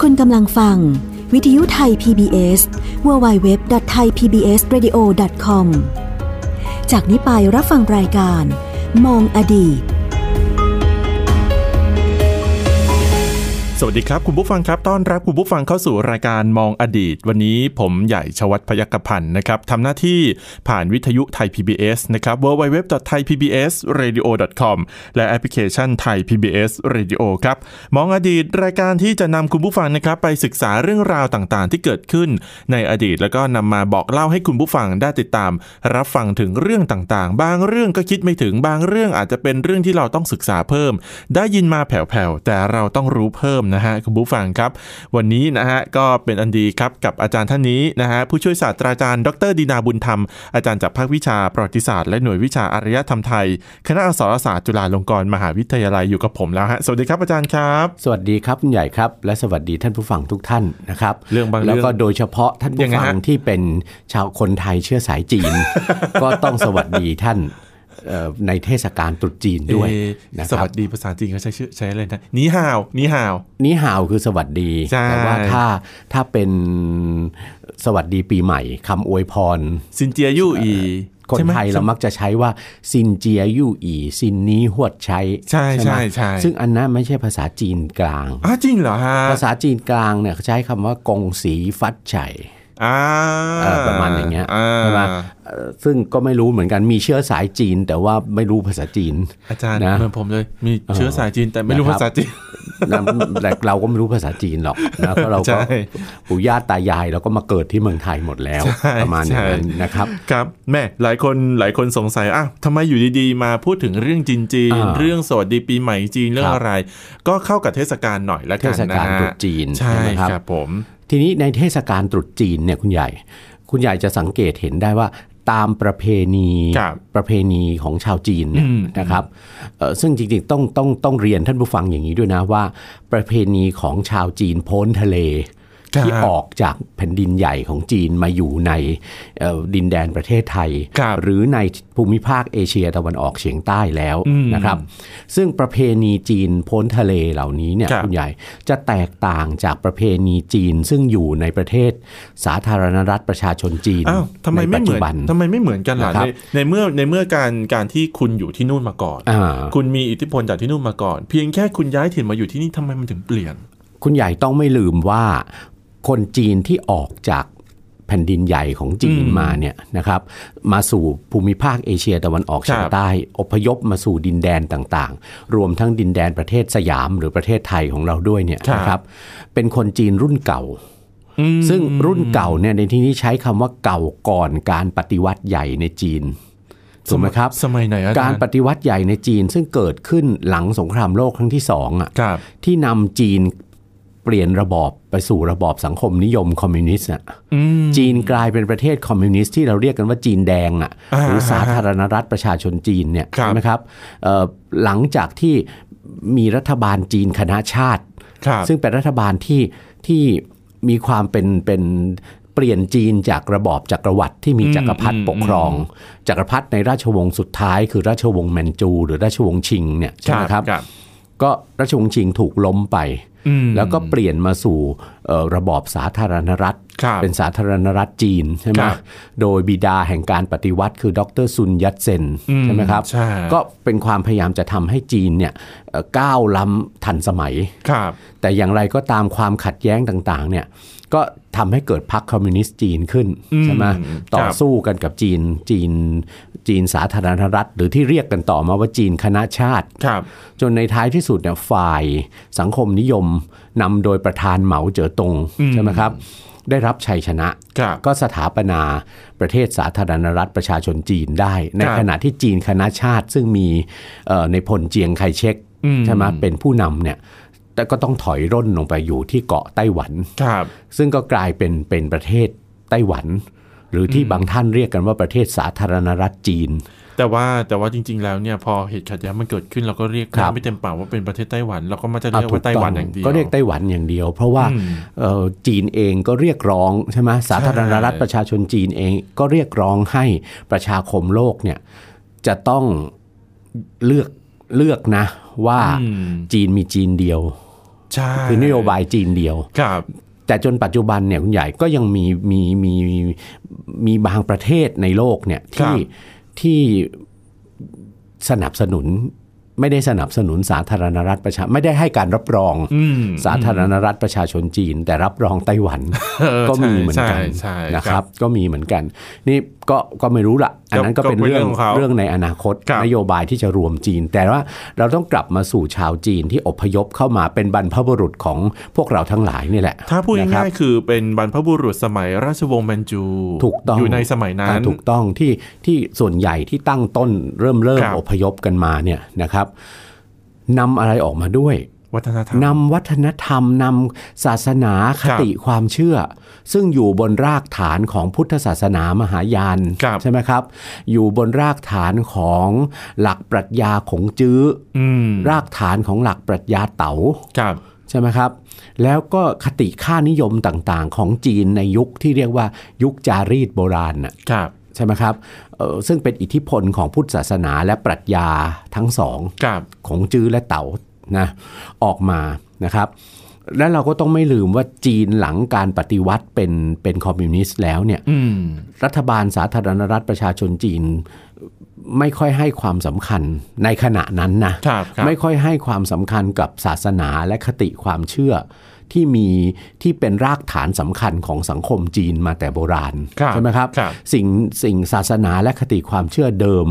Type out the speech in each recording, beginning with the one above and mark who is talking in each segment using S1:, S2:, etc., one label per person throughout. S1: คุณกำลังฟัง วิทยุไทย PBS www.thaipbsradio.com จากนี้ไปรับฟังรายการ มองอดีต
S2: สวัสดีครับ คุณผู้ฟังครับต้อนรับคุณผู้ฟังเข้าสู่รายการมองอดีต วันนี้ผมใหญ่ชวัฒน์พยัคฆพันธ์นะครับทำหน้าที่ผ่านวิทยุไทย PBS นะครับ www.thaipbsradio.com และแอปพลิเคชันไทย PBS Radio ครับ มองอดีตรายการที่จะนำคุณผู้ฟังนะครับ ไปศึกษาเรื่องราวต่างๆ ที่เกิดขึ้นในอดีต แล้วก็นำมาบอกเล่าให้คุณผู้ฟังได้ติดตาม รับฟังถึงเรื่องต่างๆ บางเรื่องก็คิดไม่ถึงบางเรื่องอาจจะเป็นเรื่องที่เราต้องศึกษาเพิ่ม ได้ยินมาแผ่วๆแต่เราต้องรู้เพิ่มนะฮะคุณผู้ฟังครับ วันนี้นะฮะก็เป็นอันดีครับกับอาจารย์ท่านนี้นะฮะผู้ช่วยศาสตราจารย์ดรดีนาบุญธรรม อาจารย์จากภาควิชาประวัติศาสตร์และหน่วยวิชาอารยธรรมไทย คณะอักษรศาสตร์จุฬาลงกรณ์มหาวิทยาลัยอยู่กับผมแล้วฮะสวัสดีครับอาจารย์ครับ
S3: สวัสดีครับคุณใหญ่ครับ และสวัสดีท่านผู้ฟังทุกท่านนะครับ
S2: เรื่องบางเรื่อง
S3: แล้วก็โดยเฉพาะท่าน
S2: ยั
S3: ผู้
S2: งไง
S3: ฟัง
S2: ฮะ
S3: ที่เป็นชาวคนไทยเชื้อสาย จีน ก็ต้องสวัสดีท่านเอ่อในเทศกาลตรุษจีนด้วย
S2: เอ่อ
S3: นะ
S2: ส
S3: ครั
S2: วั
S3: บ
S2: สดีภาษาจีนเขาใช้ชื่อใช้อะไรนะนีฮาวนีฮาว
S3: นี่ห่าวคือสวัสดี
S2: ใช่
S3: แต่ว่าถ้าถ้าเป็นสวัสดีปีใหม่คำอวยพร
S2: ซินเจียยู่อี
S3: คน
S2: ใช่หม
S3: ไทยเรามักจะใช้ว่าซินเจียยู่อีซินนี้หวดใช้
S2: ใช่
S3: ไหม
S2: ใช่ใช่
S3: ซึ่งอันนั้นไม่ใช่ภาษาจีนกลาง
S2: อ่ะจริงเหรอฮะ
S3: ภาษาจีนกลางเนี่ยเขาใช้คำว่ากงสีฟัดไฉ
S2: อ่า
S3: เอ่อประมาณอย่างเงี้ย
S2: อ่า
S3: ใช่ไหมเอ่อซึ่งก็ไม่รู้เหมือนกันมีเชื้อสายจีน แต่ว่าไม่รู้ภาษาจีน
S2: อาจารย์
S3: นะ
S2: เหมือนผมเลยมีเชื้อสายจีนแต่ไม่รู้
S3: นะครับ
S2: ภาษาจีน
S3: นะแต่เราก็ไม่รู้ภาษาจีนหรอกนะเพราะเราก็
S2: ใช่
S3: ปู่ย่าตายายเราก็มาเกิดที่เมืองไทยหมดแล้ว
S2: ใช่
S3: ประมาณอย่างนั้น
S2: ใช่
S3: นะครับ
S2: ครับแม่หลายคนหลายคนสงสัยอ่ะทำไมอยู่ดีๆ มาพูดถึงเรื่องจีนจีน
S3: อ่า
S2: เรื่องสวัสดีปีใหม่จีนเรื่อง
S3: ครับ
S2: อะไร ก็เข้ากับเทศกาลหน่อยละ
S3: เท
S2: กัน
S3: ศ
S2: นะ
S3: กาลตรุษจีน
S2: ใช่
S3: ไหมครับ
S2: ครับผม
S3: ทีนี้ในเทศกาลตรุษจีนเนี่ยคุณใหญ่ คุณใหญ่จะสังเกตเห็นได้ว่าตามประเพณี
S2: ครับ
S3: ประเพณีของชาวจีนเนี่ย
S2: อืม
S3: นะครับเอ่อซึ่งจริงๆต้องต้องต้องเรียนท่านผู้ฟังอย่างนี้ด้วยนะว่า ประเพณีของชาวจีนพ้นทะเล ที่
S2: ครับ
S3: ออกจากแผ่นดินใหญ่ของจีนมาอยู่ในเอ่อดินแดนประเทศไทย
S2: ครับ
S3: หรือในภูมิภาคเอเชียตะวันออกเฉียงใต้แล้ว
S2: อืม
S3: นะครับ ซึ่งประเพณีจีนพ้นทะเลเหล่านี้เนี่ย
S2: ครับ
S3: คุณใหญ่จะแตกต่างจากประเพณีจีนซึ่งอยู่ในประเทศสาธารณรัฐประชาชนจีน
S2: อ้าวทำไม
S3: ใน
S2: ไม่
S3: ปัจ
S2: เหมื
S3: จุ
S2: อน
S3: บัน
S2: ทำไมไม่เหมือนกันล่ะ
S3: นะครับ
S2: ในในเมื่อในเมื่อการการที่คุณอยู่ที่นู่นมาก่อน
S3: อ่า
S2: คุณมีอิทธิพลจากที่นู่นมาก่อน เพียงแค่คุณย้ายถิ่นมาอยู่ที่นี่ทำไมมันถึงเปลี่ยน
S3: คุณใหญ่ต้องไม่ลืมว่าคนจีนที่ออกจากแผ่นดินใหญ่ของจีน
S2: อืม
S3: มาเนี่ยนะครับมาสู่ภูมิภาคเอเชียตะวันออกเฉี
S2: ค
S3: ยง
S2: รับ
S3: ใต้ อพยพมาสู่ดินแดนต่างๆ รวมทั้งดินแดนประเทศสยามหรือประเทศไทยของเราด้วยเนี่ย
S2: ครับ
S3: นะครับเป็นคนจีนรุ่นเก่า
S2: อืม
S3: ซึ่งรุ่นเก่าเนี่ยในที่นี้ใช้คำว่าเก่าก่อนการปฏิวัติใหญ่ในจีนถูกไหมครับ
S2: สมัยไหนอาจาก
S3: ารร
S2: ย์
S3: ปฏิวัติใหญ่ในจีนซึ่งเกิดขึ้นหลังสงครามโลกครั้งที่สองอ่ะ
S2: ครับ
S3: ที่นำจีนเปลี่ยนระบอบไปสู่ระบอบสังคมนิยมคอมมิวนิสต์น่ะ
S2: อืม
S3: จีนกลายเป็นประเทศคอมมิวนิสต์ที่เราเรียกกันว่าจีนแดงอ่ะ
S2: อ่า
S3: หรือสาธารณรัฐประชาชนจีนเนี่ย
S2: ครับ
S3: ใช่ไหมครับเอ่อหลังจากที่มีรัฐบาลจีนคณะชาติ
S2: ครับ
S3: ซึ่งเป็นรัฐบาลที่ที่มีความเป็นเป็นเปลี่ยนจีนจากระบอบจักรวรรดิที่มี
S2: อืม
S3: จักรพรรดิ
S2: อืม
S3: ปกครอง จักรพรรดิในราชวงศ์สุดท้าย คือราชวงศ์แมนจู หรือราชวงศ์ชิงเนี่ยใช่ไหมครับ ก็ราชวงศ์ชิงถูกล้มไป
S2: อืม
S3: แล้วก็เปลี่ยนมาสู่เอ่อระบอบสาธารณรัฐ
S2: ครับ
S3: เป็นสาธารณรัฐจีนใช่ไหม
S2: ครับ
S3: โดยบิดาแห่งการปฏิวัติคือดรซุนยัตเซน
S2: อืม
S3: ใช่ไหมครับ
S2: ใช่
S3: ก็เป็นความพยายามจะทำให้จีนเนี่ยเอ่อก้าวล้ำทันสมัย
S2: ครับ
S3: แต่อย่างไรก็ตามความขัดแย้งต่างๆเนี่ยก็ทำให้เกิดพรรคคอมมิวนิสต์จีนขึ้น
S2: อืม
S3: ใช่ไหม
S2: ครับ
S3: ต่อสู้กันกับจีนจีนจีนสาธารณรัฐ หรือที่เรียกกันต่อมาว่าจีนคณะชาติ
S2: ครับ
S3: จนในท้ายที่สุดเนี่ยฝ่ายสังคมนิยมนำโดยประธานเหมาเจ๋อตงใช่ไหมครับ ได้รับชัยชนะ
S2: ครับ
S3: ก็สถาปนาประเทศสาธารณรัฐประชาชนจีนได้ ใน
S2: ครับ
S3: ขณะที่จีนคณะชาติซึ่งมีเอ่อในพลเจียงไคเชก
S2: อืม
S3: ใช่ไหมเป็นผู้นำเนี่ยแต่ก็ต้องถอยร่นลงไปอยู่ที่เกาะไต้หวัน
S2: ครับ
S3: ซึ่งก็กลายเป็นเป็นประเทศไต้หวัน หรือที่บางท่านเรียกกันว่าประเทศสาธารณรัฐจีน
S2: แต่ว่าแต่ว่าจริง ๆ แล้วเนี่ยพอเหตุขัดแย้งมันเกิดขึ้นเราก็เรียก
S3: ครับ
S2: ไม่เต็มปากว่าเป็นประเทศไต้หวันเราก็มักจะ
S3: อ่ะ
S2: เรียกว่าไต้หวันอย่างเดียว
S3: ก็เรียกไต้หวันอย่างเดียว เพราะว่า
S2: อืม
S3: เอ่อจีนเองก็เรียกร้องใช่ไหมสาธารณรัฐ
S2: ใช่
S3: ประชาชนจีนเองก็เรียกร้องให้ประชาคมโลกเนี่ยจะต้องเลือกเลือกนะว่า
S2: อืม
S3: จีนมีจีนเดียว
S2: ใช่
S3: คือนโยบายจีนเดียว
S2: ครับ
S3: แต่จนปัจจุบันเนี่ยคุณใหญ่ก็ยังมีมีมีมีบางประเทศในโลกเนี่ย
S2: ครั
S3: ที่
S2: บ
S3: ที่สนับสนุนไม่ได้สนับสนุนสาธารณรัฐประชาไม่ได้ให้การรับรอง
S2: อืม
S3: สาธารณรัฐประชาชนจีน แต่รับรองไต้หวัน
S2: เออ
S3: ก็มีเหมือน
S2: ใช่
S3: กัน
S2: ใช่
S3: นะค
S2: ค
S3: รั
S2: รับ บ
S3: ก็มีเหมือนกัน นี่ก็ก็ไม่รู้ละอันนั้นก็เป็น
S2: ก็เป็น
S3: เรื่อง
S2: เรื่องของเขา
S3: เรื่องในอนาคต
S2: ครับ
S3: นโยบายที่จะรวมจีน แต่ว่าเราต้องกลับมาสู่ชาวจีนที่อพยพเข้ามาเป็นบรรพบุรุษของพวกเราทั้งหลายนี่แหละ
S2: ถ้าพูด
S3: นะครับ
S2: ง่ายๆคือเป็นบรรพบุรุษสมัยราชวงศ์แมนจู
S3: ถูกต้อง
S2: ยู่ในสมัยนั้น
S3: อ่าถูกต้องที่ที่ส่วนใหญ่ที่ตั้งต้นเริ่มเริ่ม
S2: ครับ
S3: อพยพกันมาเนี่ยนะครับนำอะไรออกมาด้วย
S2: วัฒนธรรม
S3: นำวัฒนธรรมนำศาสนาค
S2: ครับ
S3: ติความเชื่อ ซึ่งอยู่บนรากฐานของพุทธศาสนามหายาน
S2: ครับ
S3: ใช่ไหมครับ อยู่บนรากฐานของหลักปรัชญาของจื้อ
S2: อืม
S3: รากฐานของหลักปรัชญาเต๋า
S2: ครับ
S3: ใช่ไหมครับ แล้วก็คติค่านิยมต่างๆ ของจีนในยุคที่เรียกว่ายุคจารีตโบราณน่ะ
S2: ครับ
S3: ใช่ไหมครับเอ่อซึ่งเป็นอิทธิพลของพุทธศาสนาและปรัชญาทั้งสอง
S2: ครับ
S3: ของจื้อและเต๋านะออกมานะครับ และเราก็ต้องไม่ลืมว่าจีนหลังการปฏิวัติเป็นเป็นคอมมิวนิสต์แล้วเนี่ย
S2: อืม
S3: รัฐบาลสาธารณรัฐประชาชนจีนไม่ค่อยให้ความสำคัญในขณะนั้นนะ
S2: ครับครับ
S3: ไม่ค่อยให้ความสำคัญกับศาสนาและคติความเชื่อ ที่มีที่เป็นรากฐานสำคัญของสังคมจีนมาแต่โบราณ
S2: ครับ
S3: ใช่ไหมครับ
S2: ครับ
S3: สิ่งสิ่งศาสนาและคติความเชื่อเดิม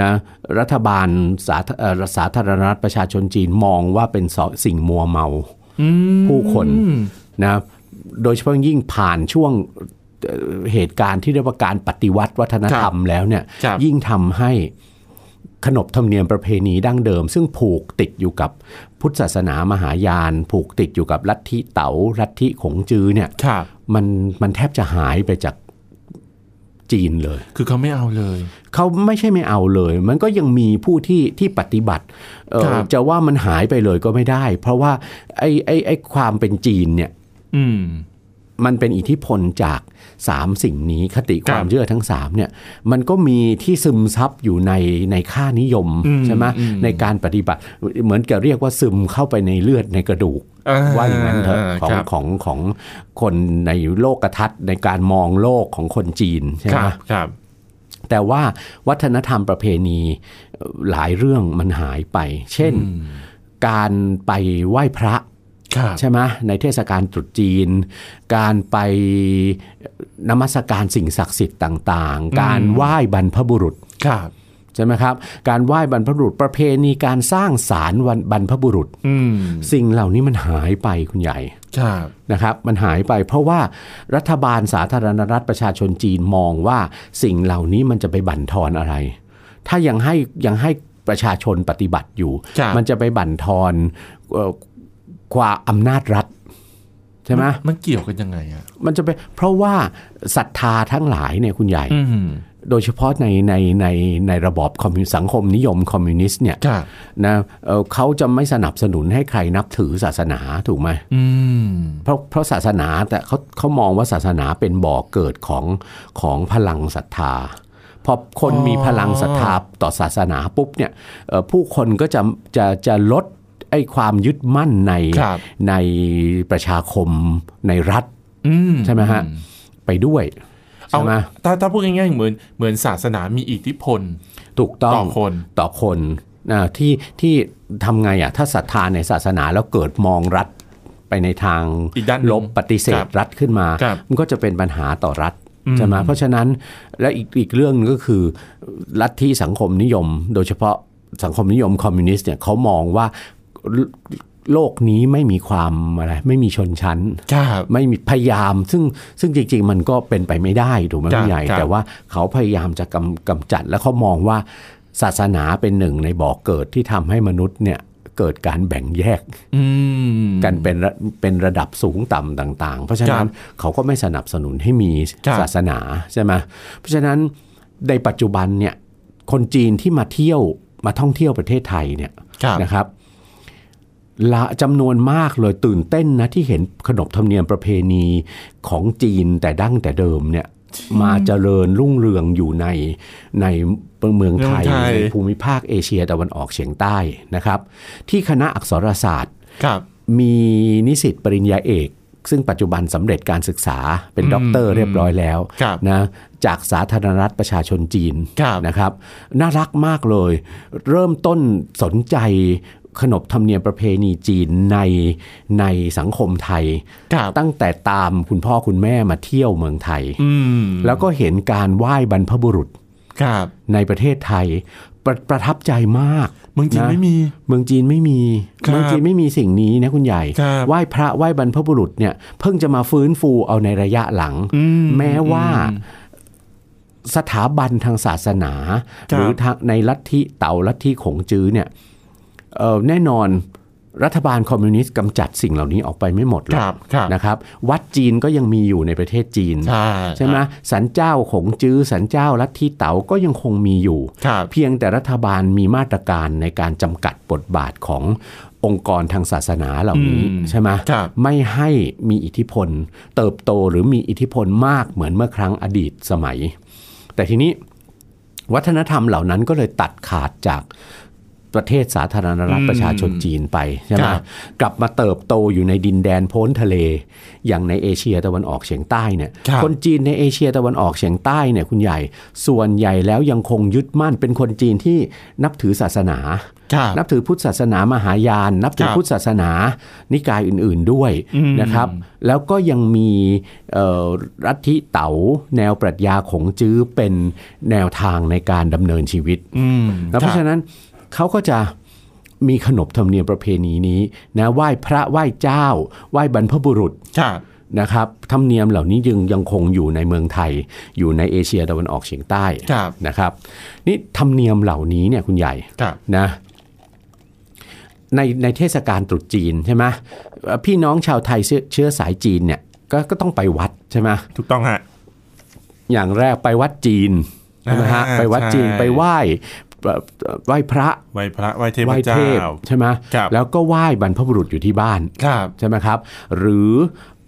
S3: นะรัฐบาลสาธเอ่อสาธารณรัฐประชาชนจีนมองว่าเป็นสสิ่งมัวเมาผู้คนนะโดยเฉพาะยิ่งผ่านช่วงเอ่อเหตุการณ์ที่เรียกว่าการปฏิวัติวัฒนธรรมแล้วเนี่ย
S2: ครับ
S3: ยิ่งทำให้ ขนบธรรมเนียมประเพณีดั้งเดิม ซึ่งผูกติดอยู่กับพุทธศาสนามหายาน ผูกติดอยู่กับลัทธิเต๋าลัทธิขงจือเนี่ย
S2: ครับ
S3: มันมันแทบจะหายไปจากจีนเลย
S2: คือเขาไม่เอาเลย
S3: เขาไม่ใช่ไม่เอาเลย มันก็ยังมีผู้ที่ที่ปฏิบัติเอ่อ
S2: ครับ
S3: จะว่ามันหายไปเลยก็ไม่ได้ เพราะว่าไอ้ไอ้ไอ้ความเป็นจีนเนี่ย
S2: อืม
S3: มันเป็นอิทธิพลจาก 3 สิ่งนี้คติ
S2: ค
S3: ครับ วามเชื่อทั้ง3เนี่ยมันก็มีที่ซึมซับอยู่ในในค่านิยม
S2: อืม
S3: ใช่ไหม
S2: อืม
S3: ในการปฏิบัติเหมือนกับเรียกว่าซึมเข้าไปในเลือดในกระดูก ว่าอย่างนั้นเถอะของ
S2: ครับ
S3: ของของคนในโลกทัศน์ในการมองโลกของคนจีนใช่
S2: ค
S3: ไหม
S2: รับครับ
S3: แต่ว่าวัฒนธรรมประเพณีเอ่อหลายเรื่องมันหายไป เช่นการไปไหว้พระ
S2: ครับ
S3: ใช่ไหมในเทศกาลตรุษจีน การไปนมัสการสิ่งศักดิ์สิทธิ์ต่างๆ การไหว้บรรพบุรุษ
S2: ครับ
S3: ใช่ไหมครับ การไหว้บรรพบุรุษประเพณีการสร้างศาลวันบรรพบุรุษ
S2: อืม
S3: สิ่งเหล่านี้มันหายไปคุณใหญ่
S2: ครับ
S3: นะครับ มันหายไปเพราะว่ารัฐบาลสาธารณรัฐประชาชนจีนมองว่าสิ่งเหล่านี้มันจะไปบั่นทอนอะไร ถ้ายังให้ยังให้ประชาชนปฏิบัติอยู่
S2: ครับ
S3: มันจะไปบั่นทอนเอ่อความอำนาจรัฐใช่ไหม
S2: นมันเกี่ยวกันยังไงอ่ะ
S3: มันจะเป็นเพราะว่าศรัทธาทั้งหลายเนี่ยคุณใหญ่
S2: อืม
S3: โดยเฉพาะในในในในระบอบคอมมิวสังคมนิยมคอมมิวนิสต์เนี่ย
S2: ครับ
S3: นะเอ่อเขาจะไม่สนับสนุนให้ใครนับถือศาสนาถูกไหม
S2: อืม
S3: เพราะเพราะศาสนาแต่เขาเขามองว่าศาสนาเป็นบ่อเกิดของของพลังศรัทธาพอคน
S2: อ๋อ
S3: มีพลังศรัทธาต่อศาสนาปุ๊บเนี่ยเอ่อผู้คนก็จะจะจะลดไอ้ความยึดมั่นใน
S2: ครับ
S3: ในประชาคมในรัฐ
S2: อืม
S3: ใช่ไหมฮะ ไปด้วยใช่
S2: เอา
S3: ไหม
S2: ถ้าถ้าพูดง่ายๆเหมือนเหมือนศาสนามีอิทธิพล
S3: ถูกต้อง
S2: ต่อคน
S3: ต่อคนนะที่ที่ทำไงอ่ะถ้าศรัทธาในศาสนาแล้วเกิดมองรัฐไปในทาง
S2: อีกด้านหนึ่ง
S3: ลบปฏิเส
S2: ครั
S3: ธ
S2: บ
S3: รัฐขึ้นมา
S2: ครับ
S3: มันก็จะเป็นปัญหาต่อรัฐ
S2: อืม
S3: ใช่ไหมเพราะฉะนั้นและอีกอีกเรื่องหนึ่งก็คือลัทธิสังคมนิยม โดยเฉพาะสังคมนิยมคอมมิวนิสต์เนี่ยเขามองว่าโลโลกนี้ไม่มีความอะไรไม่มีชนชั้น
S2: ครับ
S3: ไม่มีพยายามซึ่งซึ่งจริง ๆ มันก็เป็นไปไม่ได้ถูกไหม
S2: ครับ
S3: พี่ใหญ่
S2: ครับ
S3: แต่ว่าเขาพยายามจะกำกำจัดแล้วเขามองว่าศาสนาเป็นหนึ่งในบ่อกเกิดที่ทำให้มนุษย์เนี่ยเกิดการแบ่งแยก
S2: อืม
S3: กันเป็นระเป็นระดับสูงต่ำต่าง ๆ เพราะฉะนั้นเขาก็ไม่สนับสนุนให้มี
S2: ครับ
S3: ศาสนาใช่ไหมเพราะฉะนั้นในปัจจุบันเนี่ยคนจีนที่มาเที่ยวมาท่องเที่ยวประเทศไทยเนี่ย
S2: ครับ
S3: นะครับละจำนวนมากเลยตื่นเต้นนะที่เห็นขนบธรรมเนียมประเพณีของจีนแต่ดั้งแต่เดิมเนี่ยมาเจริญรุ่งเรืองอยู่ในในเมืองไทย
S2: เมืองไทย
S3: ในภูมิภาคเอเชียตะวันออกเฉียงใต้นะครับ ที่คณะอักษรศาสตร์
S2: ครับ
S3: มีนิสิตปริญญาเอก ซึ่งปัจจุบันสำเร็จการศึกษาเป็นด็อกเตอร์เรียบร้อยแล้ว
S2: ครับ
S3: นะจากสาธารณรัฐประชาชนจีน
S2: ครับ
S3: นะครับ น่ารักมากเลย เริ่มต้นสนใจขนบธรรมเนียมประเพณีจีนในในสังคมไทย
S2: ครับ
S3: ตั้งแต่ตามคุณพ่อคุณแม่มาเที่ยวเมืองไทย
S2: อืม
S3: แล้วก็เห็นการไหว้บรรพบุรุษ
S2: ครับ
S3: ในประเทศไทยประประทับใจมาก
S2: เมืองจีน
S3: นะ
S2: ไม่มี
S3: เมืองจีนไม่มี
S2: ครับ
S3: เมืองจีนไม่มีสิ่งนี้นะคุณใหญ่
S2: ครับ
S3: ไหว้พระไหว้บรรพบุรุษเนี่ยเพิ่งจะมาฟื้นฟูเอาในระยะหลัง
S2: อื
S3: แม้ว่าสถาบันทางศาสนา
S2: ครับ
S3: หรือทางในลัทธิเต่าลัทธิขงจื้อเนี่ยเอ่อแน่นอนรัฐบาลคอมมิวนิสต์กำจัดสิ่งเหล่านี้ออกไปไม่หมดหร
S2: ค
S3: อก
S2: รับครับ
S3: นะครับ วัดจีนก็ยังมีอยู่ในประเทศจีน
S2: ใช่
S3: ใช่ไหมสันเจ้าขงจื้อสันเจ้าลัทธิเต๋าก็ยังคงมีอยู่
S2: ครับ
S3: เพียงแต่รัฐบาลมีมาตรการในการจำกัดบทบาทขององค์กรทางศาสนาเหล่านี้ใช่ไหม
S2: ครับ
S3: ไม่ให้มีอิทธิพล เติบโตหรือมีอิทธิพลมากเหมือนเมื่อครั้งอดีตสมัย แต่ทีนี้วัฒนธรรมเหล่านั้นก็เลยตัดขาดจากประเทศสาธารณรัฐประชาชนจีนไปใช่ไหมกลับมาเติบโตอยู่ในดินแดนพ้นทะเล อย่างในเอเชียตะวันออกเฉียงใต้เนี่ย
S2: ครับ
S3: คนจีนในเอเชียตะวันออกเฉียงใต้เนี่ยคุณใหญ่ ส่วนใหญ่แล้วยังคงยึดมั่นเป็นคนจีนที่นับถือศาสนา
S2: ครับ
S3: นับถือพุทธศาสนามหายาน นับถือ
S2: ครับ
S3: พุทธศาสนา นิกายอื่นๆด้วย
S2: อืม
S3: นะครับ แล้วก็ยังมีเอ่อรัฐทิเต๋าแนวปรัชญาของจื้อเป็นแนวทางในการดำเนินชีวิต
S2: อืม
S3: แล้วเพ
S2: คบ
S3: ราะฉะนั้นเขาก็จะมีขนบธรรมเนียมประเพณีนี้นะไหว้พระไหว้เจ้า ไหว้บรรพบุรุษ
S2: ครับ
S3: นะครับธรรมเนียมเหล่านี้ยังยังคงอยู่ในเมืองไทย อยู่ในเอเชียตะวันออกเฉียงใต้
S2: ครับ
S3: นะครับ นี่ธรรมเนียมเหล่านี้เนี่ยคุณใหญ่
S2: ครับ
S3: นะในในเทศกาลตรุษจีนใช่ไหมเอ่อพี่น้องชาวไทยเชื้อเชื้อสายจีนเนี่ยกก็ต้องไปวัดใช่ไหม
S2: ถูกต้องฮะ
S3: อย่างแรกไปวัดจีนใช่ไหมฮะ
S2: อ่า
S3: ไปวัดจีน
S2: ใช่
S3: ไปไหว้เอ่อไหว้พระ
S2: ไหวพระไหวเท
S3: ไห
S2: พ
S3: ว้
S2: เจ้า
S3: เทพใช่ไหม
S2: ครับ
S3: แล้วก็ไหว้บรรพบุรุษอยู่ที่บ้าน
S2: ครับ
S3: ใช่ไหมครับ หรือ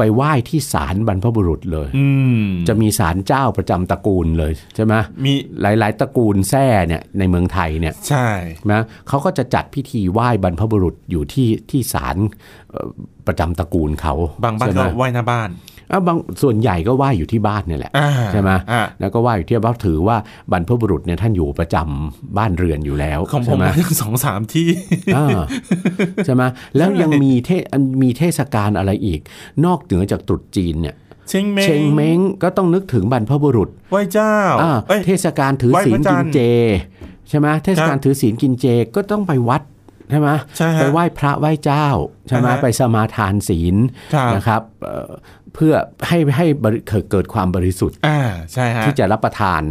S3: ไปไหว้ที่ศาลบรรพบุรุษเลย
S2: อืม
S3: จะมีศาลเจ้าประจำตระกูลเลยใช่ไหม
S2: มี
S3: หลาย ๆ ตระกูลแท่เนี่ยในเมืองไทยเนี่ย
S2: ใช่
S3: นะเขาก็จะจัดพิธีไหว้บรรพบุรุษอยู่ที่ที่ศาลเอ่อประจำตระกูลเขา
S2: บางบ้าน
S3: ใช่ไหม
S2: ก็ไหวหน้าบ้าน
S3: อ่ะบางส่วนใหญ่ก็ไหว้อยู่ที่บ้านเนี่ยแหละ
S2: อ่า
S3: ใช่ไหม
S2: อ่า
S3: แล้วก็ไหว้อยู่ที่บ้านถือว่าบรรพบุรุษเนี่ยท่านอยู่ประจำบ้านเรือนอยู่แล้ว
S2: ของผ
S3: ใช่
S2: ม
S3: ไหม
S2: มาทั้งสองสามที่
S3: อ่าใช่ไหมแล้วยังมีเทศอันมีเทศกาลอะไรอีก นอกเหนือจากตรุษจีนเนี่ย
S2: เชงเม้ง
S3: เชงเม้งก็ต้องนึกถึงบรรพบุรุษ
S2: ไหวเจ้า
S3: อ่า
S2: เอ้ย
S3: เทศกาลถือ
S2: ไหว้
S3: ศี
S2: พ
S3: ล
S2: ระจัน
S3: กิ
S2: ท
S3: น
S2: ร์
S3: เจใช่ไหมเทศกาล
S2: ครับ
S3: ถือศีลกินเจก็ต้องไปวัดใช่ไหม
S2: ใช่ฮะ
S3: ไปไหว้พระไหว้เจ้าใช่ไหม
S2: อ่าฮะ
S3: ไปสมาทานศีล
S2: ครับ
S3: นะครับเอ่อเพื่อให้ให้บริเกิดความบริสุทธิ
S2: อ่าใช่ฮะ
S3: ที่จะรับประทาน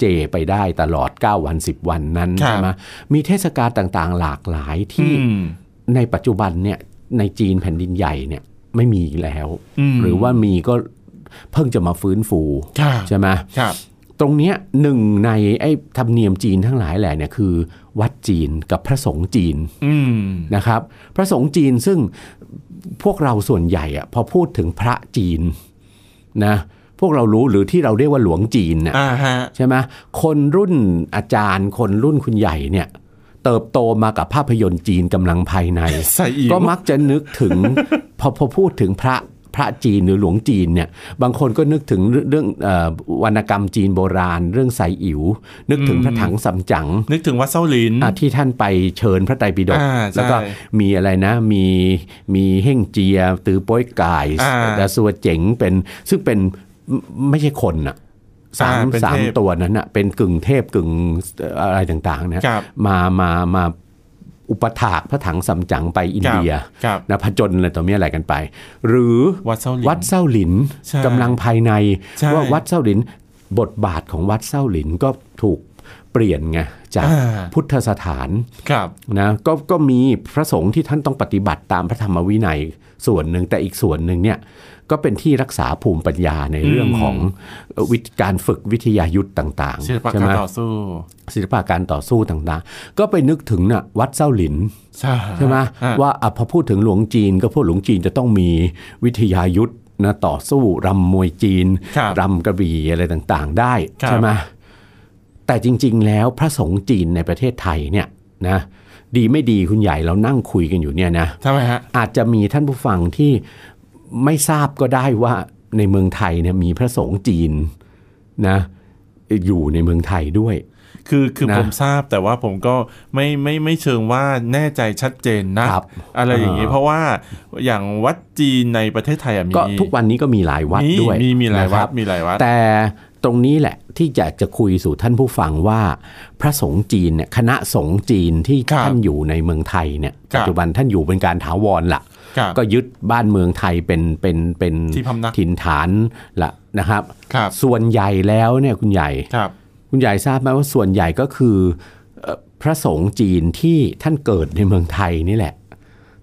S3: เจไปได้ตลอด 9 วัน 10 วันนั้น
S2: ครับ
S3: ใช่ไหมมีเทศกาลต่างๆ หลากหลายที่
S2: อืม
S3: ในปัจจุบันเนี่ยในจีนแผ่นดินใหญ่เนี่ยไม่มีอีกแล้ว
S2: อืม
S3: หรือว่ามีก็เพิ่งจะมาฟื้นฟู
S2: ครับ
S3: ใช่ไหม
S2: ครับ
S3: ตรงเนี้ยหนึ่งในไอ้ธรรมเนียมจีนทั้งหลายแหละเนี่ยคือ วัดจีนกับพระสงฆ์จีน
S2: อืม
S3: นะครับพระสงฆ์จีนซึ่งพวกเราส่วนใหญ่อะพอพูดถึงพระจีนนะพวกเรารู้หรือที่เราเรียกว่าหลวงจีนน่ะ
S2: อ่าฮะ
S3: ใช่ไหมคนรุ่นอาจารย์คนรุ่นคุณใหญ่เนี่ยเติบโตมากับภาพยนตร์จีนกำลังภายใน
S2: ใส่อิ๋ว
S3: ก็มักจะนึกถึง พอพอพูดถึงพระพระจีนหรือหลวงจีนเนี่ยบางคนก็นึกถึงเรื่องเอ่อวรรณกรรมจีนโบราณ เรื่องไสอิ๋วนึกถึงพระถังสำจั๋ง
S2: นึกถึงวัดเส้าหลิน
S3: อ่ะที่ท่านไปเชิญพระไตรปิฎก
S2: อ่าใช่
S3: แล้วก็มีอะไรนะมีมีเฮ่งเจีย ตือโป้ยกาย
S2: อ่า
S3: ดาสัวเจ๋งเป็นซึ่งเป็นไม่ไม่ใช่คนน่ะสาม
S2: อ่าเป็น
S3: สาม
S2: เทพ
S3: ตัวนั้นน่ะเป็นกึ่งเทพกึ่งเอ่ออะไรต่างๆนะครับ มามามาอุปถากพระถังสำจั๋งไปอิน
S2: ครับ
S3: เดีย
S2: ครับ
S3: นะผจญอะไรต่อมีอะไรกันไป หรือ
S2: วัดเส้าหลิน
S3: วัดเส้าหลิน
S2: ใช่
S3: กำลังภายใน
S2: ใช่
S3: ว่าวัดเส้าหลินบทบาทของวัดเส้าหลินก็ถูกเปลี่ยนไงจาก
S2: อ่า
S3: พุทธสถาน
S2: ครับ
S3: นะก็ก็มีพระสงฆ์ที่ท่านต้องปฏิบัติตามพระธรรมวินัยส่วนหนึ่งแต่อีกส่วนหนึ่งเนี่ยก็เป็นที่รักษาภูมิปัญญาในเรื่องของวิธีการฝึกวิทยายุทธ์ต่าง
S2: ศิลปะ
S3: ๆใช่
S2: กา
S3: ไห
S2: ร
S3: ม
S2: ต่อสู้
S3: ศิลปะการต่อสู้ต่างๆ ก็ไปนึกถึงน่ะวัดเส้าหลิน
S2: ใช่
S3: ใช่ไหม
S2: อ่
S3: ว่าอ่ะพอพูดถึงหลวงจีนก็พวกหลวงจีนจะต้องมีวิทยายุทธ์นะต่อสู้รำมวยจีน
S2: ครับ
S3: รำกระบี่อะไรต่างๆ ได้
S2: ครับ
S3: ใช่ไหมแต่จริงๆแล้วพระสงฆ์จีนในประเทศไทยเนี่ยนะ ดีไม่ดีคุณใหญ่เรานั่งคุยกันอยู่เนี่ยนะ
S2: ทำไมฮะ
S3: อาจจะมีท่านผู้ฟังที่ไม่ทราบก็ได้ว่าในเมืองไทยเนี่ยมีพระสงฆ์จีนนะอยู่ในเมืองไทยด้วย
S2: คือคือ
S3: นะ
S2: ผมทราบแต่ว่าผมก็ไม่ไม่ไม่เชิงว่าแน่ใจชัดเจนนะครับ อะไรอย่างนี้
S3: อ่า
S2: เพราะว่าอย่างวัดจีนในประเทศไทยอะมี
S3: ก็ทุกวันนี้ก็มีหลายวัด
S2: มี
S3: ด้วย
S2: มีมีหลาย
S3: นะค
S2: วั
S3: รั
S2: ด
S3: บ
S2: มีหลายวัด
S3: แต่ตรงนี้แหละที่อยากจะคุยสู่ท่านผู้ฟังว่า พระสงฆ์จีนเนี่ยคณะสงฆ์จีนที่
S2: ครับ
S3: ท่านอยู่ในเมืองไทยเนี่ย
S2: ครับ
S3: ปัจจุบันท่านอยู่เป็นการถาวรละ
S2: ครับ
S3: ก็ยึดบ้านเมืองไทยเป็นเป็นเป็น
S2: ที่พำนัก
S3: ถิ่นฐานละนะครับ
S2: ครับ
S3: ส่วนใหญ่แล้วเนี่ยคุณใหญ่
S2: ครับ
S3: คุณใหญ่ทราบไหมว่าส่วนใหญ่ก็คือเอ่อพระสงฆ์จีนที่ท่านเกิดในเมืองไทยนี่แหละ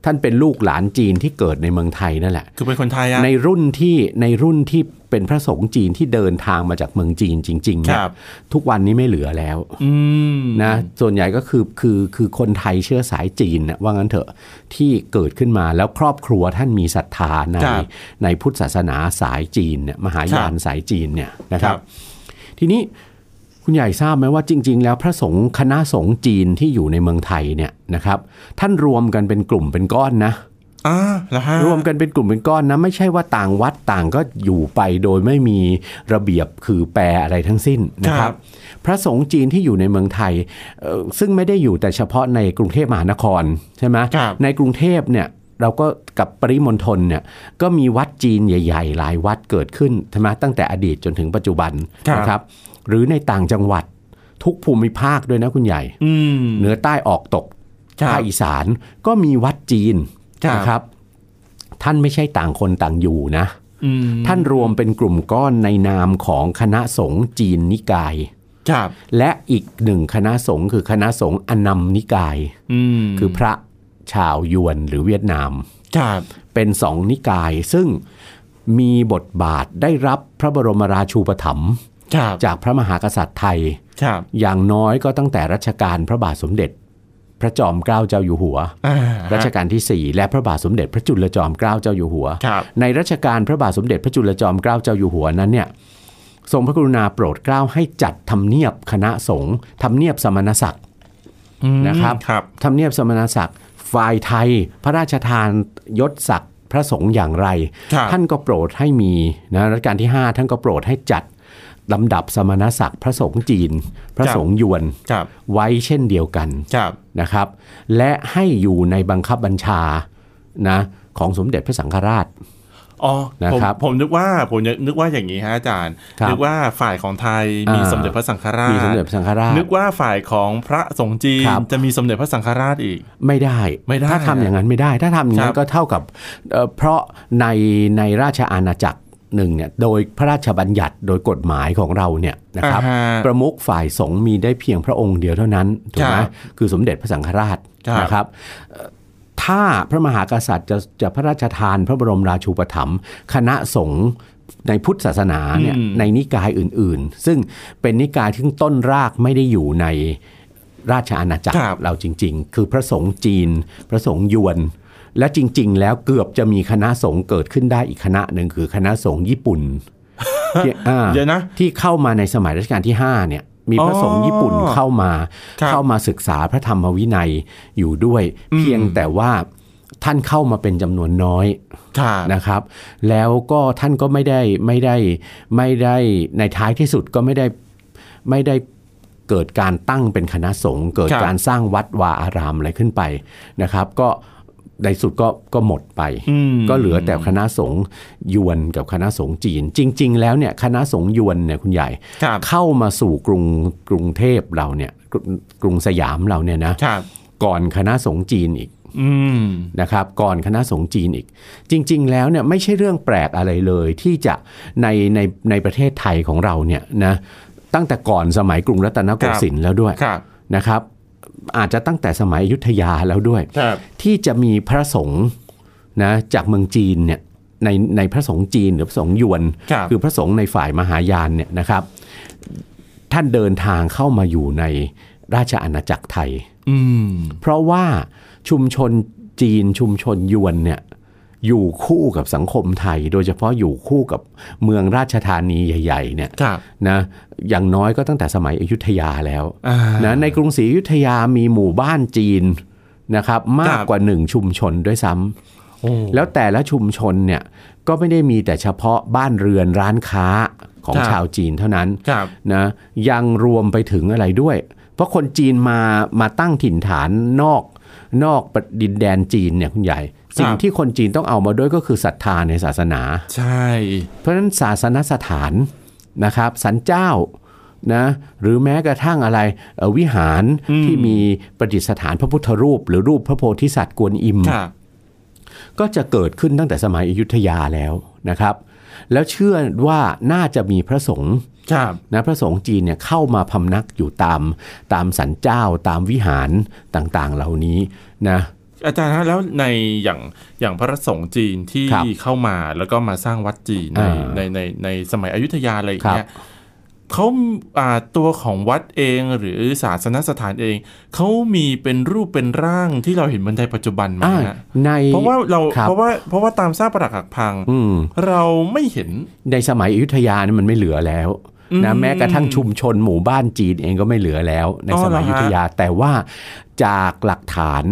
S3: ท่านเป็นลูกหลานจีนที่เกิดในเมืองไทยนั่นแหละ
S2: คือเป็นคนไทยอะ
S3: ในรุ่นที่ในรุ่นที่เป็นพระสงฆ์จีนที่เดินทางมาจากเมืองจีนจริงๆเนี่ย
S2: ครับ
S3: ทุกวันนี้ไม่เหลือแล้ว
S2: อืม
S3: นะส่วนใหญ่ก็คือคือคือคนไทยเชื้อสายจีนน่ะว่างั้นเถอะที่เกิดขึ้นมาแล้วครอบครัวท่านมีศรัทธาใน
S2: ครับ
S3: ในพุทธศาสนาสายจีนเนี่ยมหายานสายจีนเนี่ยนะครั
S2: ครับ บ
S3: ทีนี้คุณใหญ่ทราบไหมว่าจริง ๆ แล้วพระสงฆ์คณะสงฆ์จีนที่อยู่ในเมืองไทยเนี่ยนะครับ ท่านรวมกันเป็นกลุ่มเป็นก้อนนะ
S2: อ่าแล้วฮะ
S3: รวมกันเป็นกลุ่มเป็นก้อนนะ ไม่ใช่ว่าต่างวัดต่างก็อยู่ไปโดยไม่มีระเบียบคือแปรอะไรทั้งสิ้นนะครับ พระสงฆ์จีนที่อยู่ในเมืองไทยเอ่อซึ่งไม่ได้อยู่แต่เฉพาะในกรุงเทพมหานครใช่ไหม
S2: ครับ
S3: ในกรุงเทพเนี่ยเราก็กับปริมณฑลเนี่ยก็มีวัดจีนใหญ่ ๆ หลายวัดเกิดขึ้นใช่ไหมตั้งแต่อดีตจนถึงปัจจุบัน
S2: ครับ
S3: นะครับ หรือในต่างจังหวัดทุกภูมิภาคด้วยนะคุณใหญ่
S2: อืม
S3: เหนือใต้ออกตก
S2: ครับ
S3: ภาคอีสานก็มีวัดจีน
S2: ครับ
S3: นะครับ ท่านไม่ใช่ต่างคนต่างอยู่นะ
S2: อืม
S3: ท่านรวมเป็นกลุ่มก้อนในนามของคณะสงฆ์จีนนิกาย
S2: ครับ
S3: และอีกหนึ่งคณะสงฆ์คือคณะสงฆ์อนัมนิกาย
S2: อืม
S3: คือพระชาวยวนหรือเวียดนาม
S2: ครับ
S3: เป็นสองนิกาย ซึ่งมีบทบาทได้รับพระบรมราชูปถัมภ์
S2: ครับ
S3: จากพระมหากษัตริย์ไทย
S2: ครับ
S3: อย่างน้อยก็ตั้งแต่รัชกาลพระบาทสมเด็จ พระจอมเกล้าเจ้าอยู่หัว
S2: อ่า
S3: รัชกาลทีสี่4 และพระบาทสมเด็จพระจุลจอมเกล้าเจ้าอยู่หัว
S2: ครับ
S3: ในรัชกาลพระบาทสมเด็จพระจุลจอมเกล้าเจ้าอยู่หัวนั้นเนี่ยทรงพระกรุณาโปรดเกล้าให้จัดทำเนียบคณะสงฆ์ทำเนียบสมณศักดิ์
S2: อืม
S3: นะครับ
S2: ครับ
S3: ทำเนียบสมณศักดิ์ฝ่ายไทย พระราชทานยศศักดิ์พระสงฆ์อย่างไร
S2: ครับ
S3: ท่านก็โปรดให้มีนะรัชกาลที่ 5 ท่านก็โปรดให้จัดลำดับสมณศักดิ์พระสงฆ์จีน พระสงฆ์ยวน
S2: ครับ
S3: ไว้เช่นเดียวกัน
S2: ครับ
S3: นะครับและให้อยู่ในบังคับบัญชานะของสมเด็จพระสังฆราช
S2: อ๋อผม
S3: นะครับ
S2: ผมนึกว่าผมนึกว่าอย่างนี้ฮะอาจารย์
S3: ครับ
S2: นึกว่าฝ่ายของไทยมี
S3: อ่า
S2: สมเด็จพระสังฆราช
S3: มีสมเด็จพระสังฆราช
S2: นึกว่าฝ่ายของพระสงฆ์จีน
S3: ครับ
S2: จะมีสมเด็จพระสังฆราชอีก
S3: ไม่ได้
S2: ไม่ได้
S3: ถ้าทำอย่างนั้นไม่ได้ ถ้าทำอย่างนั้
S2: ครั
S3: น
S2: บ
S3: ก็เท่ากับเอ่อเพราะในในราชอาณาจักรหนึ่งเนี่ยโดยพระราชบัญญัติโดยกฎหมายของเราเนี่ยนะครับ
S2: อ่าฮ
S3: ประมุขฝ่ายสงฆ์มีได้เพียงพระองค์เดียวเท่านั้นถูกไหม
S2: ครับ
S3: คือสมเด็จพระสังฆราช
S2: ครับ
S3: นะครับเอ่อถ้าพระมหากษัตริย์จะจะพระราชทานพระบรมราชูปถัมภ์คณะสงฆ์ในพุทธศาสนาเนี่ย
S2: อืม
S3: ในนิกายอื่นๆ ซึ่งเป็นนิกายที่ต้นรากไม่ได้อยู่ในราชอาณาจักร
S2: ครับ
S3: เราจริง ๆ คือพระสงฆ์จีน พระสงฆ์ยวน และจริง ๆ แล้วเกือบจะมีคณะสงฆ์เกิดขึ้นได้อีกคณะหนึ่งคือคณะสงฆ์ญี่ ปุ่นที่อ่า
S2: เดี๋ยวนะ
S3: ที่เข้ามาในสมัยรัชกาลที่ 5 เนี่ย มีพระสงฆ์ญี่ปุ่น
S2: อ๋อ
S3: เข้ามา
S2: ครับ
S3: เข้ามาศึกษาพระธรรมวินัยอยู่ด้วย
S2: อืม
S3: เพียงแต่ว่าท่านเข้ามาเป็นจำนวนน้อย
S2: ครับ
S3: นะครับ แล้วก็ท่านก็ไม่ได้ไม่ได้ไม่ได้ในท้ายที่สุดก็ไม่ได้ไม่ได้เกิดการตั้งเป็นคณะสงฆ์เกิดการสร้างวัดวาอารามอะไรขึ้นไปนะครับ ก็ในสุดก็ก็หมดไป
S2: อืม
S3: ก็เหลือแต่คณะสงฆ์ยวนกับคณะสงฆ์จีน จริง ๆ แล้วเนี่ยคณะสงฆ์ยวนเนี่ยคุณใหญ่
S2: ครับ
S3: เข้ามาสู่กรุงกรุงเทพเราเนี่ยกรุงกรุงสยามเราเนี่ยนะครับ ก่อนคณะสงฆ์จีนอีก
S2: อืม
S3: นะครับ ก่อนคณะสงฆ์จีนอีก จริง ๆ แล้วเนี่ยไม่ใช่เรื่องแปลกอะไรเลยที่จะในในในประเทศไทยของเราเนี่ยนะตั้งแต่ก่อนสมัยกรุงรัตนโกสินทร์แล้วด้วย
S2: ครับ
S3: นะครับ อาจจะตั้งแต่สมัยอยุธยาแล้วด้วย
S2: ครับ
S3: ที่จะมีพระสงฆ์นะจากเมืองจีนเนี่ยในในพระสงฆ์จีนหรือพระสงฆ์ยวน
S2: ครับ
S3: คือพระสงฆ์ในฝ่ายมหายานเนี่ยนะครับ ท่านเดินทางเข้ามาอยู่ในราชอาณาจักรไทย
S2: อืม
S3: เพราะว่าชุมชนจีนชุมชนยวนเนี่ยอยู่คู่กับสังคมไทย โดยเฉพาะอยู่คู่กับเมืองราชธานีใหญ่ ๆ เนี่ย
S2: ครับ
S3: นะอย่างน้อยก็ตั้งแต่สมัยอยุธยาแล้ว
S2: อ่า
S3: นะในกรุงศรีอยุธยามีหมู่บ้านจีน นะครับ มากกว่าหนึ่งชุมชนด้วยซ้
S2: โอ้
S3: ำแล้วแต่ละชุมชนเนี่ยก็ไม่ได้มีแต่เฉพาะบ้านเรือนร้านค้าของ
S2: ครับ
S3: ชาวจีนเท่านั้น
S2: ครับ
S3: นะยังรวมไปถึงอะไรด้วย เพราะคนจีนมามาตั้งถิ่นฐานนอกนอกดินแดนจีนเนี่ยคุณใหญ่ สิ่งที่คนจีนต้องเอามาด้วยก็คือศรัทธาในศาสนา
S2: ใช่
S3: เพราะฉะนั้นศาสนสถานนะครับสันเจ้านะหรือแม้กระทั่งอะไรเอ่อวิหารที่มีประดิษฐานพระพุทธรูป หรือรูปพระโพธิสัตว์กวนอิม
S2: ค่ะ
S3: ก็จะเกิดขึ้นตั้งแต่สมัยอยุธยาแล้วนะครับ แล้วเชื่อว่าน่าจะมีพระสงฆ์
S2: ครับ
S3: นะพระสงฆ์จีนเนี่ยเข้ามาพำนักอยู่ตามตามสันเจ้าตามวิหารต่างๆ เหล่านี้นะ
S2: อาจารย์ฮะแล้วในอย่างอย่างพระสงฆ์จีนที่
S3: ครับ
S2: เข้ามาแล้วก็มาสร้างวัดจีนใน
S3: อ่า
S2: ในในในสมัยอยุธยาอะไรอย่างเงี้
S3: ครั
S2: ย
S3: บ
S2: เขาอ่าตัวของวัดเองหรือศาสนสถานเองเขามีเป็นรูปเป็นร่างที่เราเห็นบนไทยปัจจุบันไหม
S3: อ่า
S2: ฮะ
S3: ใน
S2: เพราะว่าเรา
S3: ครับ
S2: เพราะว่าเพราะว่าตามซากปรักหักพัง
S3: อืม
S2: เราไม่เห็น
S3: ในสมัยอยุธยานี่มันไม่เหลือแล้วนะ
S2: อืม
S3: แม้กระทั่งชุมชนหมู่บ้านจีนเองก็ไม่เหลือแล้ว ใน
S2: อ๋อ
S3: สมัยอ
S2: เหรอฮะ
S3: ยุธยาแต่ว่าจากหลักฐาน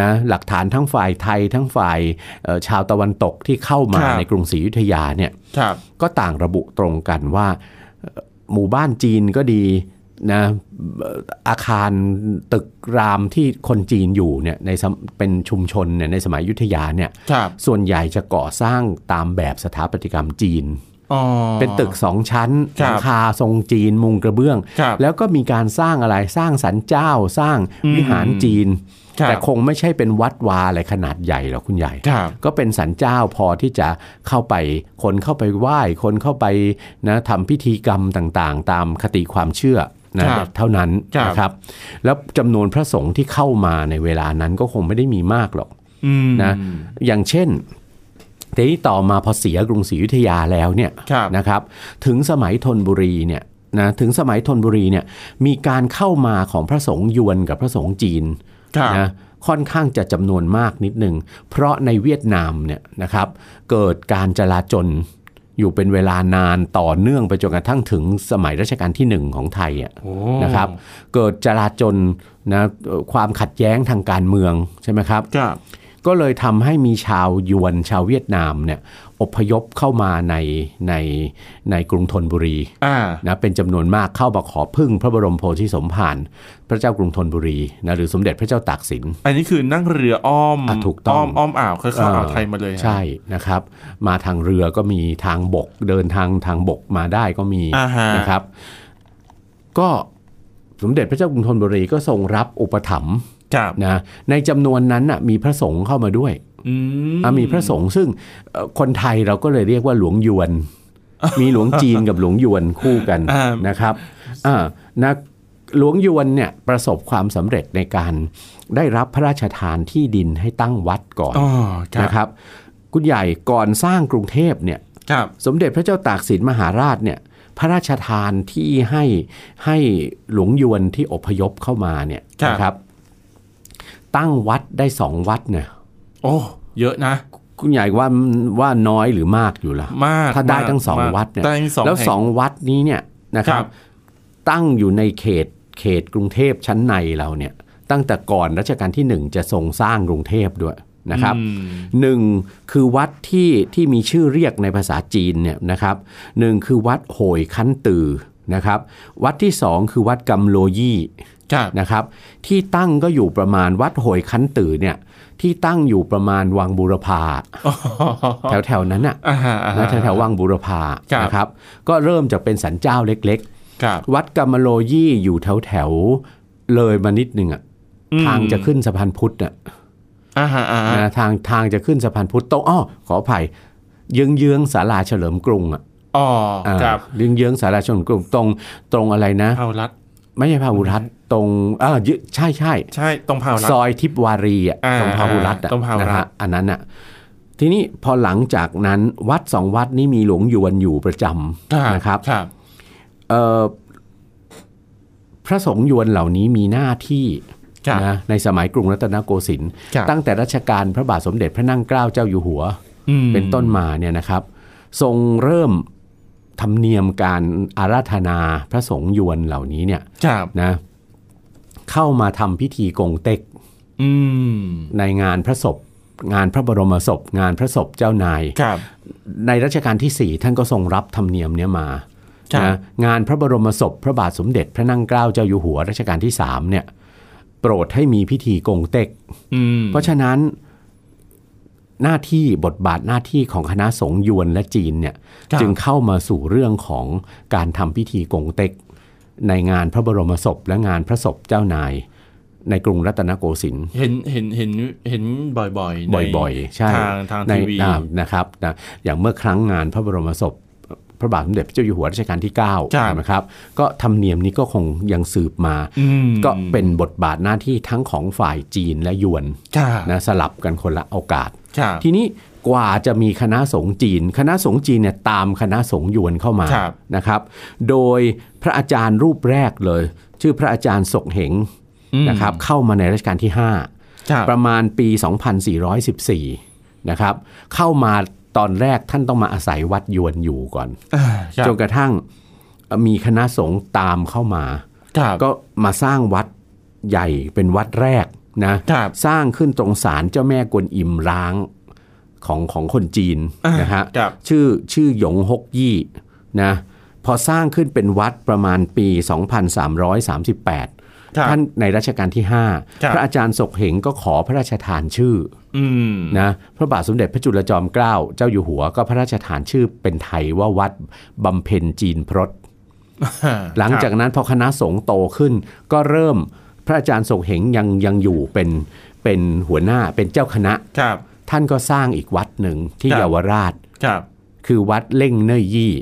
S3: นะหลักฐานทั้งฝ่ายไทยทั้งฝ่ายเอ่อชาวตะวันตกที่เข้ามาในกรุงศรีอยุธยาเนี่ย
S2: ครับ
S3: ก็ต่างระบุตรงกันว่าเอ่อหมู่บ้านจีนก็ดีนะเอ่ออาคารตึกรามที่คนจีนอยู่เนี่ยในสมเป็นชุมชนเนี่ยในสมัยอยุทธยาเนี่ย
S2: ครับ
S3: ส่วนใหญ่จะก่อสร้างตามแบบสถาปัตยกรรมจีน
S2: อ๋อ
S3: เป็นตึกสองชั้น
S2: ค
S3: ห
S2: รับ
S3: ลังคาทรงจีนมุงกระเบื้อง
S2: ครับ
S3: แล้วก็มีการสร้างอะไรสร้างศาลเจ้าสร้างวิหารจีน
S2: ครับ
S3: แต่คงไม่ใช่เป็นวัดวาอะไรขนาดใหญ่หรอกคุณใหญ่
S2: ครับ
S3: ก็เป็นสันเจ้าพอที่จะเข้าไปคนเข้าไปไหว้ คนเข้าไปนะทำพิธีกรรมต่างๆ ตามคติความเชื่อนะครับเท่านั้น
S2: ครับ
S3: นะครับ แล้วจำนวนพระสงฆ์ที่เข้ามาในเวลานั้นก็คงไม่ได้มีมากหรอก
S2: อืม
S3: นะ อย่างเช่นทีนี้ต่อมาพอเสียกรุงศรีอยุธยาแล้วเนี่ย
S2: ครับ
S3: นะครับ ถึงสมัยธนบุรีเนี่ยนะถึงสมัยธนบุรีเนี่ยมีการเข้ามาของพระสงฆ์ยวนกับพระสงฆ์จีน
S2: ครับ
S3: นะค่อนข้างจะจำนวนมากนิดนึง เพราะในเวียดนามเนี่ยนะครับ เกิดการจลาจลอยู่เป็นเวลานานต่อเนื่องไปจนกระทั่งถึงสมัยรัชกาลที่หนึ่งของไทยอะ
S2: โอ้
S3: นะครับเกิดจลาจลนะเอ่อความขัดแย้งทางการเมืองใช่ไหมครับ
S2: ครับ
S3: ก็เลยทำให้มีชาวยวนชาวเวียดนามเนี่ยอพยพเข้ามาในในในกรุงธนบุรี
S2: อ่า
S3: นะเป็นจำนวนมากเข้ามาขอพึ่งพระบรมโพธิสมภารพระเจ้ากรุงธนบุรีนะหรือสมเด็จพระเจ้าตากสิน
S2: อันนี้คือนั่งเรืออ้อม
S3: อ่ะถูกต้อง
S2: มอ้อมอ่าวคือเข้าอ่าวไทยมาเลยฮะ
S3: ใช่นะครับ มาทางเรือก็มีทางบกเดินทางทางบกมาได้ก็มี
S2: อ่าฮะ
S3: นะครับ ก็สมเด็จพระเจ้ากรุงธนบุรีก็ทรงรับอุปถัมภ์
S2: ครับ
S3: นะ ในจำนวนนั้นน่ะมีพระสงฆ์เข้ามาด้วย
S2: อืม
S3: อ่ะมีพระสงฆ์ซึ่งเอ่อคนไทยเราก็เลยเรียกว่าหลวงย วน มีหลวงจีนกับหลวงยวนคู่กันนะครับอ่านะหลวงยวนเนี่ยประสบความสำเร็จในการได้รับพระราชทานที่ดินให้ตั้งวัดก่อน
S2: อ๋อครั
S3: นะ
S2: บ
S3: ครับ คุณใหญ่ก่อนสร้างกรุงเทพเนี่ย
S2: ครับ
S3: สมเด็จพระเจ้าตากสินมหาราชเนี่ยพระราชทานที่ให้ให้หลวงยวนที่อพยพเข้ามาเนี่ย
S2: ครับ
S3: นะครับ ตั้งวัดได้สองวัดเนี่ย
S2: โอ้ เยอะนะ
S3: คุณใหญ่ว่าว่าน้อยหรือมากอยู่ละ
S2: มาก
S3: ถ้าได้
S2: มก
S3: ทั้งสอง
S2: มาก
S3: วัดเนี่ย
S2: ได้ทั้งสอง
S3: แล้ว
S2: ห่
S3: สองวัดนี้เนี่ยนะค
S2: ค
S3: รั
S2: รับ บ
S3: ตั้งอยู่ในเขตเขตกรุงเทพชั้นในเราเนี่ยตั้งแต่ก่อนรัชกาลที่หนึ่งจะทรงสร้างกรุงเทพด้วยนะครับ
S2: อืม
S3: หนึ่งคือวัดที่ที่มีชื่อเรียกในภาษาจีนเนี่ยนะครับหนึ่งคือวัดโหยคั้นตือนะครับ วัดที่สองคือวัดกำโลยี่
S2: ครับ
S3: นะครับ ที่ตั้งก็อยู่ประมาณวัดโหยคั้นตือเนี่ยที่ตั้งอยู่ประมาณวังบุรพา
S2: อ๋อ
S3: แถวแถวๆนั้นน่ะ
S2: อ่าฮะอ่าฮะ
S3: นะแถวแถวๆวังบุรพา
S2: ครับ
S3: นะครับ ก็เริ่มจากเป็นสันเจ้าเล็ก
S2: ครับ
S3: ๆ วัดกำโลยี่อยู่แถวแถวๆเลยมานิดนึงอ่ะทางจะขึ้นสะพานพุทธอ่ะ
S2: อ่าฮะอ่าฮะ
S3: นะทางทางจะขึ้นสะพานพุทธตรงอ้อขออภัยเยื้องเยื้องๆศาลาเฉลิมกรุงอ่ะ
S2: อ๋อ
S3: อ่า
S2: ครับ
S3: เยื้องเยื้องๆศาลาเฉลิมกรุงตรงตรงอะไรนะ
S2: เผารัด
S3: ไม่ใช่พาหุรัตน์ตรงเออยึใช่ใช่
S2: ใช่ตรงเผารัด
S3: ซอยทิพวารีอ่ะ
S2: อ่า
S3: ตรงพาหุรัตน์อ่ะ
S2: ตรงพาหุรัตน์
S3: นะฮะอันนั้นอ่ะทีนี้พอหลังจากนั้นวัดสองวัดนี้มีหลวงยวนอยู่ประจำนะครับ
S2: ครับ
S3: เอ่อพระสงฆ์ยวนเหล่านี้มีหน้าที่
S2: ครับ
S3: นะในสมัยกรุงรัตนโกสินทร์
S2: ครับ
S3: ตั้งแต่รัชกาลพระบาทสมเด็จพระนั่งเกล้าเจ้าอยู่หัว
S2: อืม
S3: เป็นต้นมาเนี่ยนะครับ ทรงเริ่มธรรมเนียมการอาราธนาพระสงฆ์ยวนเหล่านี้เนี่ย
S2: ครับ
S3: นะเข้ามาทำพิธีกงเต็ก
S2: อืม
S3: ในงานพระศพ งานพระบรมศพ งานพระศพเจ้านาย
S2: ครับ
S3: ในรัชกาลทีสี่ 4 ท่านก็ทรงรับธรรมเนียมเนี้ยมา
S2: ครับ
S3: นะงานพระบรมศพ พระบาทสมเด็จพระนั่งเกล้าเจ้าอยู่หัวรัชกาลที่3เนี่ยโปรดให้มีพิธีกงเต็ก
S2: อืม
S3: เพราะฉะนั้นหน้าที่บทบาทหน้าที่ของคณะสงฆ์ยวนและจีนเนี่ยจึงเข้ามาสู่เรื่องของการทำพิธีกงเต็ก ในงานพระบรมศพ และงานพระศพเจ้านาย ในกรุงรัตนโกสินทร์
S2: เห็นเห็นเห็นเห็นบ่อยๆใน
S3: บ่อยๆ ใช่
S2: ทางทาง
S3: ใน
S2: ทีวี
S3: อ่านะครับนะอย่างเมื่อครั้งงานพระบรมศพ พระบาทสมเด็จพระเจ้าอยู่หัวรัชกาลที่9ใช่ไหมครับ ก็ธรรมเนียมนี้ก็คงยังสืบมา
S2: อืม
S3: ก็เป็นบทบาทหน้าที่ทั้งของฝ่ายจีนและยวน
S2: ครับ
S3: นะสลับกันคนละโอกาส
S2: ครับ
S3: ทีนี้กว่าจะมีคณะสงฆ์จีน คณะสงฆ์จีนเนี่ยตามคณะสงฆ์ยวนเข้ามา
S2: ครับ
S3: นะครับ โดยพระอาจารย์รูปแรกเลย ชื่อพระอาจารย์สกเหง
S2: อืม
S3: นะครับ เข้ามาในรัชกาลที่ 5
S2: ครับ
S3: ประมาณปี 2414 นะครับ เข้ามาตอนแรกท่านต้องมาอาศัยวัดยวนอยู่ก่อน
S2: อ่าครับ
S3: จนกระทั่งเอ่อมีคณะสงฆ์ตามเข้ามา
S2: ครับ
S3: ก็มาสร้างวัดใหญ่เป็นวัดแรกนะ
S2: ครับ
S3: สร้างขึ้นตรงศาลเจ้าแม่กวนอิมร้างของของคนจีน
S2: อ่าน
S3: นะฮะ
S2: ครับ
S3: ชื่อชื่อหยงฮกยี่นะพอสร้างขึ้นเป็นวัดประมาณปี 2338
S2: ครับ
S3: ท่านในรัชกาลที่
S2: ครับ
S3: 5 พระอาจารย์ศกเหงก็ขอพระราชทานชื่อ
S2: อืม
S3: อนะพระบาทสมเด็จพระจุลจอมเกล้าเจ้าอยู่หัวก็พระราชทานชื่อเป็นไทยว่าวัดบำเพ็ญจีนพรตหลังจากนั้นพอคณะสงฆ์โตขึ้น ก็เริ่มพระอาจารย์ศกเหงยังยังอยู่เป็นเป็นหัวหน้าเป็นเจ้าคณะ
S2: ครับ
S3: ท่านก็สร้างอีกวัดหนึ่งที่
S2: ครับ
S3: เยาวราช
S2: ครับ
S3: คือวัดเล่งเน่ยยี่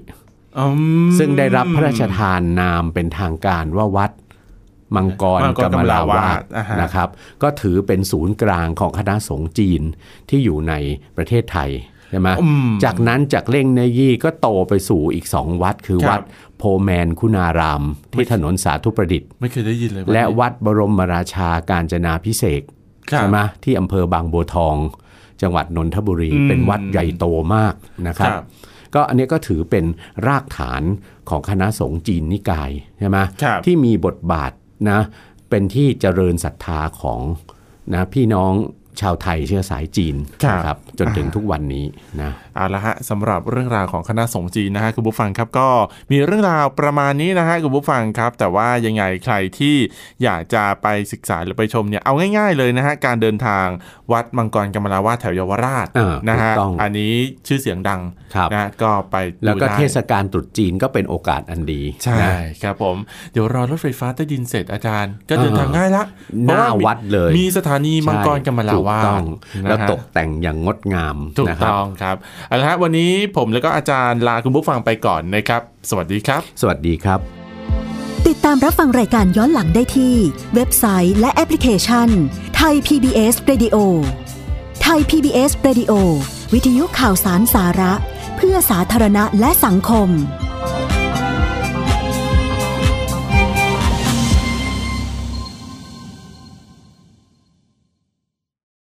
S2: อืม
S3: ซึ่งได้รับพระราชทานนามเป็นทางการว่าวัดมังกร
S2: มังกร
S3: กำมลา
S2: กัมม
S3: วา
S2: ลาวา
S3: ส
S2: สอ่าฮะ
S3: นะครับ ก็ถือเป็นศูนย์กลางของคณะสงฆ์จีนที่อยู่ในประเทศไทยใช่ไหมจากนั้นจากเล่งเนยี่ก็โตไปสู่อีกสองวัด คือวัดโพแมนคุณาราม ที่ถนนสาธุประดิษฐ์
S2: ไม่เคยได้ยินเลยน
S3: และ
S2: นี้
S3: วัดบรมราชาการจนาพิเศษก
S2: ครับ
S3: ใช่ไหมที่อำเภอบางบัวทอง จังหวัดนนทบุรี
S2: อืม
S3: เป็นวัดใหญ่โตมากนะครับ
S2: ครับ
S3: ก็อันเนี้ยก็ถือเป็นรากฐานของคณะสงฆ์จีนนิกายใช่ไหม
S2: ครับ
S3: ที่มีบทบาทนะเป็นที่เจริญศรัทธาของนะพี่น้องชาวไทยเชื้อสายจีน
S2: ครับ
S3: นะจนถึงทุกวันนี้นะ
S2: เอาละฮะสำหรับเรื่องราวของคณะสงฆ์จีนนะฮะคุณผู้ฟังครับก็มีเรื่องราวประมาณนี้นะฮะคุณผู้ฟังครับ แต่ว่ายังไงใครที่อยากจะไปศึกษาหรือไปชมเนี่ยเอาง่ายๆเลยนะฮะการเดินทางวัดมังกรกำมลาวาสแถวเยาวราช
S3: อ่า
S2: นะ
S3: ถูก
S2: ฮะ
S3: ต้อง
S2: อันนี้ชื่อเสียงดัง
S3: ครับ
S2: นะฮะก็ไปดู
S3: แล้วก็
S2: ได้
S3: เทศกาลตรุษจีนก็เป็นโอกาสอันดี
S2: ใช่
S3: นะ
S2: ครับผม เดี๋ยวรอรถไฟฟ้าใต้ดินเสร็จอาจารย์ ก็
S3: อ่า
S2: เดินทางง่ายละ
S3: หน้าวัดเลย
S2: มีสถานีมังกรกำมะลา
S3: ถูก
S2: วาส
S3: ต้อง
S2: นะฮะ
S3: แล้วตกแต่งอย่างงดงาม
S2: ถูก
S3: นะครับ
S2: ต้องครับเอาละฮะวันนี้ผมแล้วก็อาจารย์ลาคุณผู้ฟังไปก่อนนะครับ สวัสดีครับ
S3: สวัสดีครับ
S1: ติดตามรับฟังรายการย้อนหลังได้ที่ เว็บไซต์และแอปพลิเคชันไทย PBS Radio ไทย PBS Radio วิทยุข่าวสารสาระ เพื่อสาธารณะและสังคม